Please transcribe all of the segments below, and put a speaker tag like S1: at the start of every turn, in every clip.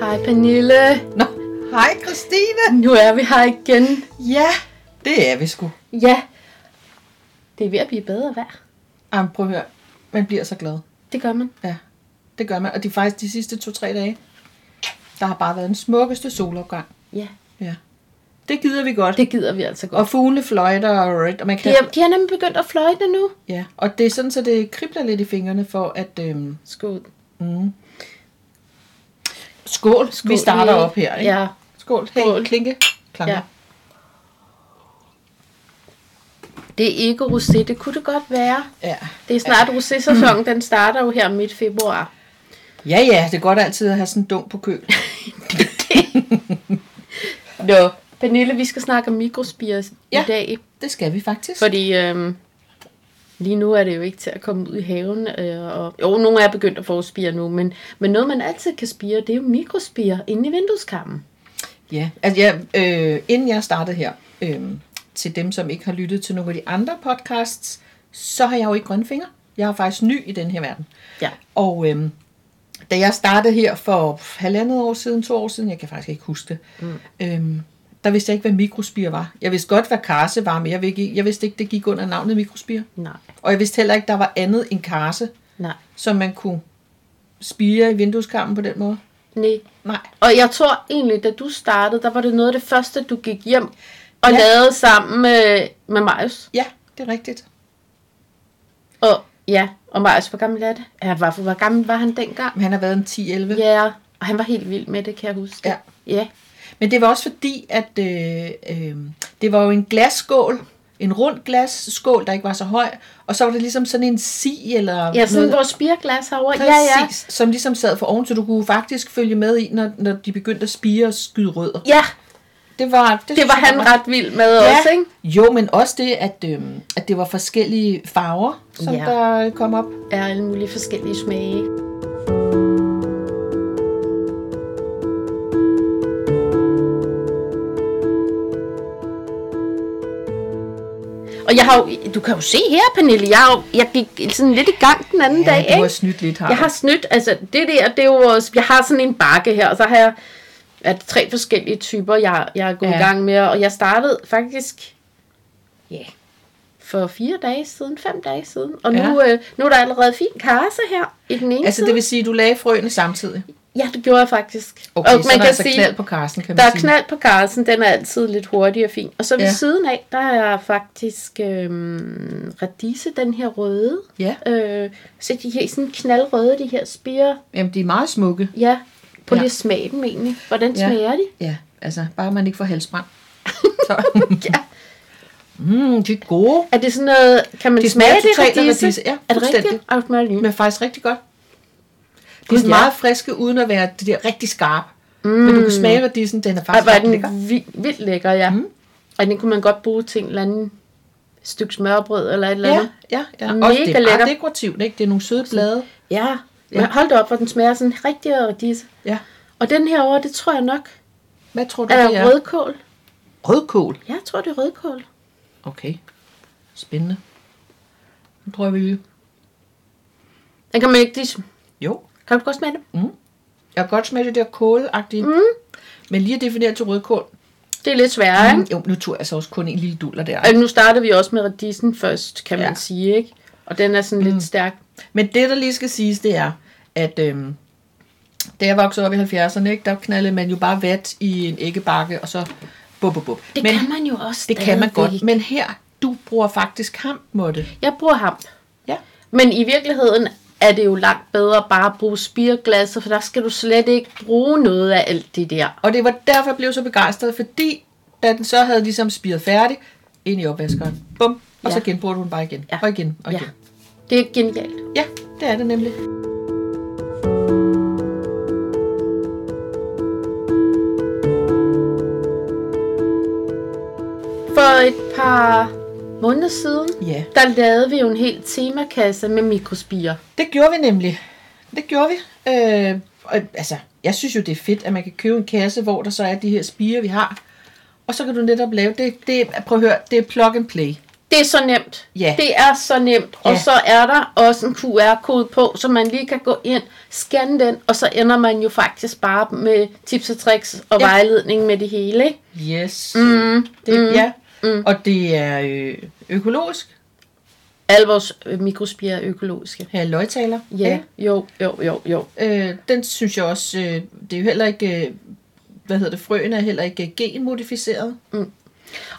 S1: Hej Pernille.
S2: Nå, hej Christine.
S1: Nu er vi her igen.
S2: Ja, det er vi sgu.
S1: Ja, det er ved at blive bedre vejr.
S2: Jamen, prøv at høre. Man bliver så glad.
S1: Det gør man.
S2: Ja, det gør man. Og det er faktisk de sidste to-tre dage. Der har bare været den smukkeste solopgang.
S1: Ja,
S2: Ja. Det gider vi godt. Det.
S1: det gider vi altså godt.
S2: Og fuglene fløjter og, right, og man
S1: De
S2: kan...
S1: har, de har nemlig begyndt at fløjte nu.
S2: Ja, og det er sådan, så det kribler lidt i fingrene for at... Øhm,
S1: Skål.
S2: skål, skål, vi starter
S1: lige.
S2: op her, ikke?
S1: Ja.
S2: Skål. Hey,
S1: Skål.
S2: skål. klinke. Klanker.
S1: ja. Det er ikke rosé, det kunne det godt være.
S2: ja.
S1: Det er snart rosé-sæsonen, den starter jo her midt februar.
S2: Ja, ja, det er godt altid at have sådan en dum på køl.
S1: Nå. Pernille, vi skal snakke om mikrospirer ja.
S2: Ja.
S1: i dag.
S2: Det skal vi faktisk.
S1: Fordi øhm, lige nu er det jo ikke til at komme ud i haven. Øh, og, jo, nogle er begyndt at få spire nu, men, men noget, man altid kan spire, det er jo mikrospire inde i vindueskarmen.
S2: Ja, altså jeg, øh, inden jeg startede her, øh, til dem, som ikke har lyttet til nogle af de andre podcasts, så har jeg jo ikke grønne fingre. Jeg er faktisk ny i den her verden.
S1: Ja.
S2: Og øh, da jeg startede her for halvandet år siden, to år siden, jeg kan faktisk ikke huske det, mm. øh, der vidste jeg ikke, hvad mikrospire var. Jeg vidste godt, hvad karse var, men jeg, vidste ikke- jeg vidste ikke, det gik under navnet mikrospire.
S1: Nej,
S2: Og jeg vidste heller ikke, der var andet end karse,
S1: nej,
S2: som man kunne spire i vindueskarmen på den måde.
S1: nej.
S2: Nej,
S1: Og jeg tror egentlig, da du startede, der var det noget af det første, du gik hjem og ja.
S2: Ja.
S1: lavede sammen med, med Marius.
S2: ja, det er rigtigt.
S1: Og ja, og Marius, hvor gammel er det? Ja, hvor, hvor gammel var han dengang?
S2: Men han har været en 10-11.
S1: Ja, og han var helt vild med det, kan jeg huske.
S2: Ja.
S1: Ja,
S2: Men det var også fordi, at øh, øh, det var jo en glasskål, en rund glasskål, der ikke var så høj, og så var det ligesom sådan en si eller
S1: ja sådan
S2: noget.
S1: vores spirglas herovre. Ja, ja.
S2: Præcis, ja. som ligesom sad for oven, så du kunne faktisk følge med i, når, når de begyndte at spire og skyde rødder.
S1: Ja,
S2: Det var, det,
S1: det
S2: synes
S1: var
S2: jeg
S1: han
S2: meget-
S1: ret vild med ja. også, ikke?
S2: Jo, men også det, at, øh, at det var forskellige farver, som
S1: Ja.
S2: ja. der kom op.
S1: er alle mulige forskellige smage. Og jeg har jo, du kan jo se her, Pernille, jeg, har jo, jeg gik sådan lidt i gang den anden dag,
S2: du
S1: ikke?
S2: har snydt lidt her.
S1: Jeg har snydt, altså det der, det er jo vores, jeg har sådan en bakke her, og så har jeg at tre forskellige typer, jeg, jeg er gået ja. i
S2: Ja.
S1: gang med, og jeg startede faktisk, ja, for fire dage siden, fem dage siden, og nu, øh, nu er der allerede fin karse her i den ene
S2: Altså,
S1: side.
S2: det vil sige, at du lagde frøene samtidig.
S1: Ja, det gjorde jeg faktisk.
S2: Okay, så er der altså knald på karsen, kan man
S1: der er
S2: sige.
S1: knald på karsen, den er altid lidt hurtig og fin. Og så ved ja.
S2: Ja.
S1: siden af, der er faktisk øhm, radise, den her røde.
S2: Ja.
S1: Øh, så de her sådan knaldrøde, de her spirer.
S2: Jamen, de er meget smukke.
S1: Ja, på ja.
S2: Ja.
S1: lige at smage dem egentlig. Hvordan
S2: Ja.
S1: smager de?
S2: Ja, altså, bare man ikke får halsbrand. Så. ja. Mm, de er gode.
S1: Er det sådan noget, kan man
S2: De
S1: smage
S2: smager
S1: det
S2: totalt af
S1: radise?
S2: radise, ja,
S1: er det rigtigt?
S2: fuldstændig.
S1: Ej, det smager lige.
S2: Men faktisk rigtig godt. De er
S1: Gud,
S2: sådan
S1: ja.
S2: meget friske, uden at være det der rigtig skarp. Mm. Men du kan smage værdisen, den er
S1: Ej,
S2: faktisk
S1: hvor er
S2: ret lækker.
S1: den vild, vildt lækker, ja. Mm. Og den kunne man godt bruge til en eller anden stykke smørbrød eller et eller
S2: Ja,
S1: andet.
S2: ja, ja.
S1: Mega
S2: Og det er
S1: lækker.
S2: meget dekorativt, ikke? Det er nogle søde blade.
S1: Ja. ja. Men hold da op, hvor den smager sådan rigtig af radise.
S2: Ja.
S1: Og den her over, det tror jeg nok
S2: Hvad tror du, det
S1: er
S2: er?
S1: rødkål.
S2: Rødkål.
S1: Jeg tror, det er rødkål.
S2: Okay. Spændende. Nu tror jeg, vi vil.
S1: Den kan man ikke lige... sm-
S2: Jo.
S1: Kan du godt smage det?
S2: Jeg kan godt smage det der kålagtige. Mm. Men lige at definere til rødkål.
S1: Det er lidt sværere, mm. ikke?
S2: Jo, nu tog jeg så også kun en lille duller der.
S1: Altså, nu starter vi også med radisen først, kan man
S2: Ja. Mm.
S1: sige, ikke? Og den er sådan lidt stærk.
S2: Men det, der lige skal siges, det er, at øhm, da jeg voksede op i 70'erne, ikke, der knaldede man jo bare vat i en æggebakke, og så bub, bub, bub.
S1: Det
S2: Men
S1: kan man jo også
S2: det kan man
S1: stadigvæk.
S2: godt. Men her, du bruger faktisk kampmåtte.
S1: Jeg bruger hamp.
S2: Ja.
S1: Men i virkeligheden er det jo langt bedre bare at bruge spirglasset, for der skal du slet ikke bruge noget af alt det der.
S2: Og det var derfor, jeg blev så begejstret, fordi da den så havde ligesom spiret færdig, ind i opvaskeren. Bum. Og
S1: Ja.
S2: ja. så genbruger du den bare igen.
S1: Ja.
S2: Og igen, og igen.
S1: Det er genialt.
S2: Ja, det er det nemlig.
S1: For et par måneder siden,
S2: Ja.
S1: der lavede vi jo en hel temakasse med mikrospirer.
S2: Det gjorde vi nemlig. Det gjorde vi. Øh, og, altså, jeg synes jo, det er fedt, at man kan købe en kasse, hvor der så er de her spiger, vi har. Og så kan du netop lave det. det er- prøv at høre, det er plug and play.
S1: Det er så nemt.
S2: Ja.
S1: Det er så nemt. Og
S2: Ja.
S1: så er der også en QR-kode på, så man lige kan gå ind, scanne den, og så ender man jo faktisk bare med tips og tricks og
S2: Ja.
S1: ja. vejledning med det hele. Ikke?
S2: Yes.
S1: Mm,
S2: Det,
S1: mm.
S2: Ja. Mm. Og det er øh, økologisk.
S1: Alle vores øh, mikrospirer er økologiske.
S2: Her løgtaler.
S1: Ja, jo, jo, jo, jo.
S2: Øh, den synes jeg også, øh, det er jo heller ikke, øh, hvad hedder det, frøen er heller ikke øh, genmodificeret.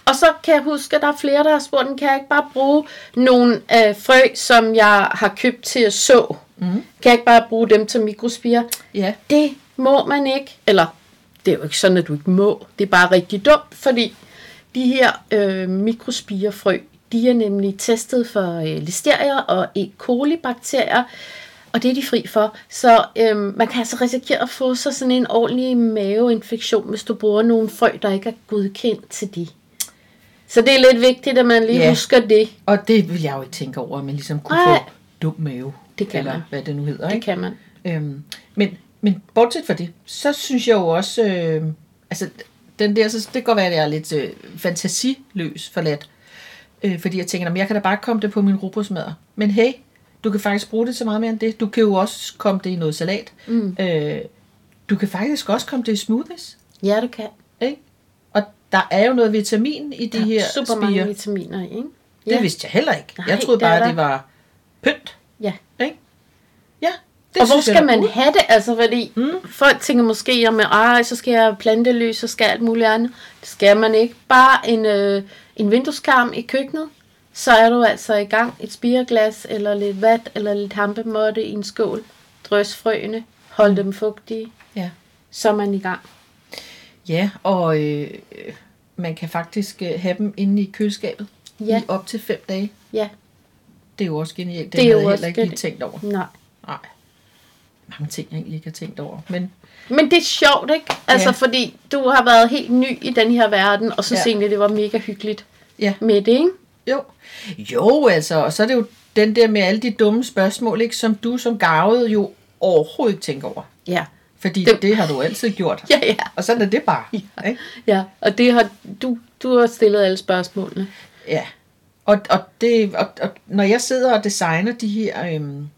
S1: Og så kan jeg huske, at der er flere, der har spurgt, "Men kan jeg ikke bare bruge nogle øh, frø, som jeg har købt til at så? Mm. Kan jeg ikke bare bruge dem til mikrospirer?
S2: Ja.
S1: Det må man ikke. Eller, det er jo ikke sådan, at du ikke må. Det er bare rigtig dumt, fordi de her øh, mikrospirefrø, de er nemlig testet for øh, listerier og E. coli-bakterier, og det er de fri for. Så øh, man kan altså risikere at få sig sådan en ordentlig maveinfektion, hvis du bruger nogle frø, der ikke er godkendt til de. Så det er lidt vigtigt, at man lige
S2: Ja.
S1: yeah. husker det.
S2: Og det vil jeg jo ikke tænke over, at man ligesom kunne
S1: Nej.
S2: få dum mave.
S1: Det kan
S2: eller
S1: man.
S2: hvad det nu hedder.
S1: Det
S2: ikke?
S1: kan man.
S2: Øhm, men, men bortset fra det, så synes jeg jo også, øh, altså den der, så det kan godt være, at jeg er lidt øh, fantasiløs forladt. Øh, fordi jeg tænker, "Nå, men jeg kan da bare komme det på min rugbrødsmadder. Men hey, du kan faktisk bruge det så meget mere end det. Du kan jo også komme det i noget salat. Mm. Øh, du kan faktisk også komme det i smoothies.
S1: Ja, du kan.
S2: Ikke? Og der er jo noget vitamin i de
S1: Der
S2: her
S1: er super
S2: spirer.
S1: mange vitaminer i, ikke?
S2: Det vidste jeg heller ikke.
S1: Nej,
S2: jeg troede
S1: det er
S2: bare,
S1: der.
S2: det var pynt.
S1: Ja.
S2: Ikke? Ja, det
S1: Og hvor
S2: synes
S1: skal
S2: jeg da
S1: man
S2: godt.
S1: have det? Altså, fordi mm. folk tænker måske, at Ej, så skal jeg plante løs, så skal jeg alt muligt andet. Det skal man ikke. Bare en, øh, en vindueskarm i køkkenet, så er du altså i gang. Et spireglas, eller lidt vat, eller lidt hampemåtte i en skål. Drøs frøene,
S2: Mm.
S1: hold dem fugtige,
S2: Ja.
S1: så er man i gang.
S2: Ja, og øh, øh, man kan faktisk øh, have dem inde i køleskabet
S1: Ja.
S2: i op til fem dage.
S1: Ja,
S2: Det er jo også genialt. Det,
S1: Det er
S2: det havde
S1: jo
S2: jeg
S1: også
S2: heller ikke lige
S1: genialt.
S2: tænkt over.
S1: nej.
S2: Nej. Mange ting, jeg egentlig ikke har tænkt over. Men
S1: Men det er sjovt, ikke? Altså,
S2: Ja.
S1: ja. fordi du har været helt ny i den her verden, og så
S2: Ja.
S1: ja. egentlig, det var mega hyggeligt
S2: ja,
S1: med det, ikke?
S2: jo. Jo, altså, og så er det jo den der med alle de dumme spørgsmål, ikke, som du som garvet jo overhovedet ikke tænker over.
S1: Ja.
S2: Fordi det,
S1: Dem-
S2: det har du altid gjort.
S1: Ja, ja.
S2: Og sådan er det bare. Ja. Ikke?
S1: Ja, og det har, du, du har stillet alle spørgsmålene.
S2: Ja, og, og, det, og, og når jeg sidder og designer de her øhm,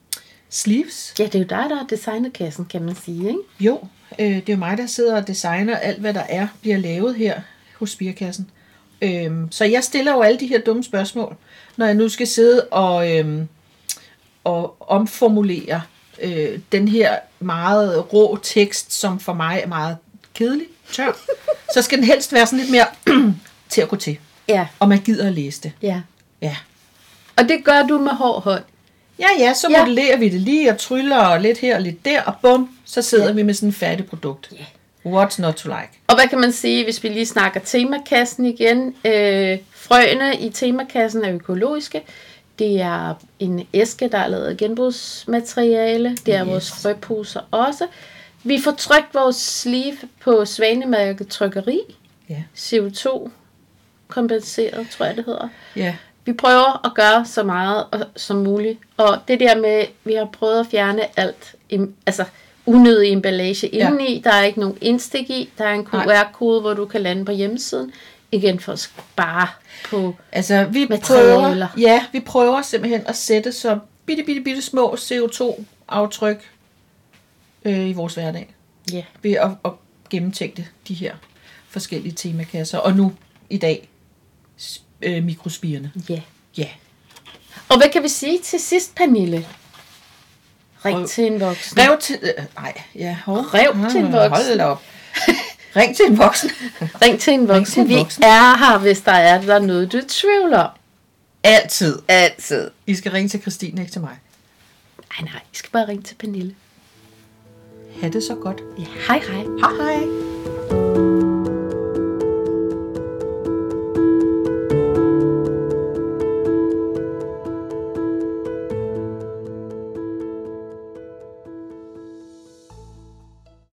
S2: sleeves,
S1: Ja, det er jo dig, der har designet kassen, kan man sige, ikke?
S2: jo, øh, det er jo mig, der sidder og designer alt, hvad der er, bliver lavet her hos Spirkassen. Øhm, så jeg stiller jo alle de her dumme spørgsmål, når jeg nu skal sidde og, øhm, og omformulere øh, den her meget rå tekst, som for mig er meget kedelig, tør. Så skal den helst være sådan lidt mere til at gå til,
S1: Ja.
S2: og man gider at læse det.
S1: Ja.
S2: Ja.
S1: Og det gør du med hård hånd.
S2: Ja, ja, så
S1: Ja.
S2: ja. modellerer vi det lige og tryller og lidt her og lidt der, og bum, så sidder ja. vi med sådan et færdigt produkt.
S1: Ja.
S2: What's not to like?
S1: Og hvad kan man sige, hvis vi lige snakker temakassen igen? Øh, frøene i temakassen er økologiske. Det er en æske, der er lavet af genbrugsmateriale. Det er yes. vores frøposer også. Vi får trykt vores sleeve på Svanemærket Trykkeri.
S2: Ja.
S1: CO2 kompenseret, tror jeg det hedder.
S2: Ja.
S1: vi prøver at gøre så meget og, som muligt. Og det der med, vi har prøvet at fjerne alt, im, altså unødig emballage
S2: Ja.
S1: indeni. Der er ikke nogen indstik i. Der er en
S2: Nej.
S1: QR-kode, hvor du kan lande på hjemmesiden. Igen for at spare på...
S2: Altså, vi
S1: Materialer.
S2: prøver, ja, vi prøver simpelthen at sætte så bitte, bitte, bitte små CO2-aftryk øh, i vores hverdag,
S1: Ja,
S2: ved at, at gennemtænke det, de her forskellige temakasser. Og nu i dag, s- øh, mikrospirene.
S1: ja.
S2: Ja.
S1: Og hvad kan vi sige til sidst, Pernille? Ring
S2: Røv.
S1: til en voksen.
S2: Rev til... Øh, nej, ja. Hov. Ah,
S1: Rev til en voksen.
S2: Hold da op. Ring til en voksen.
S1: Ring til en
S2: Ring
S1: voksen.
S2: til en
S1: Vi
S2: voksen.
S1: er her, hvis der er, der er noget, du tvivler.
S2: Altid.
S1: Altid.
S2: I skal ringe til Christine, ikke til mig.
S1: Ej nej, I skal bare ringe til Pernille.
S2: Ha' det så godt.
S1: Ja, hej hej.
S2: Hej hej.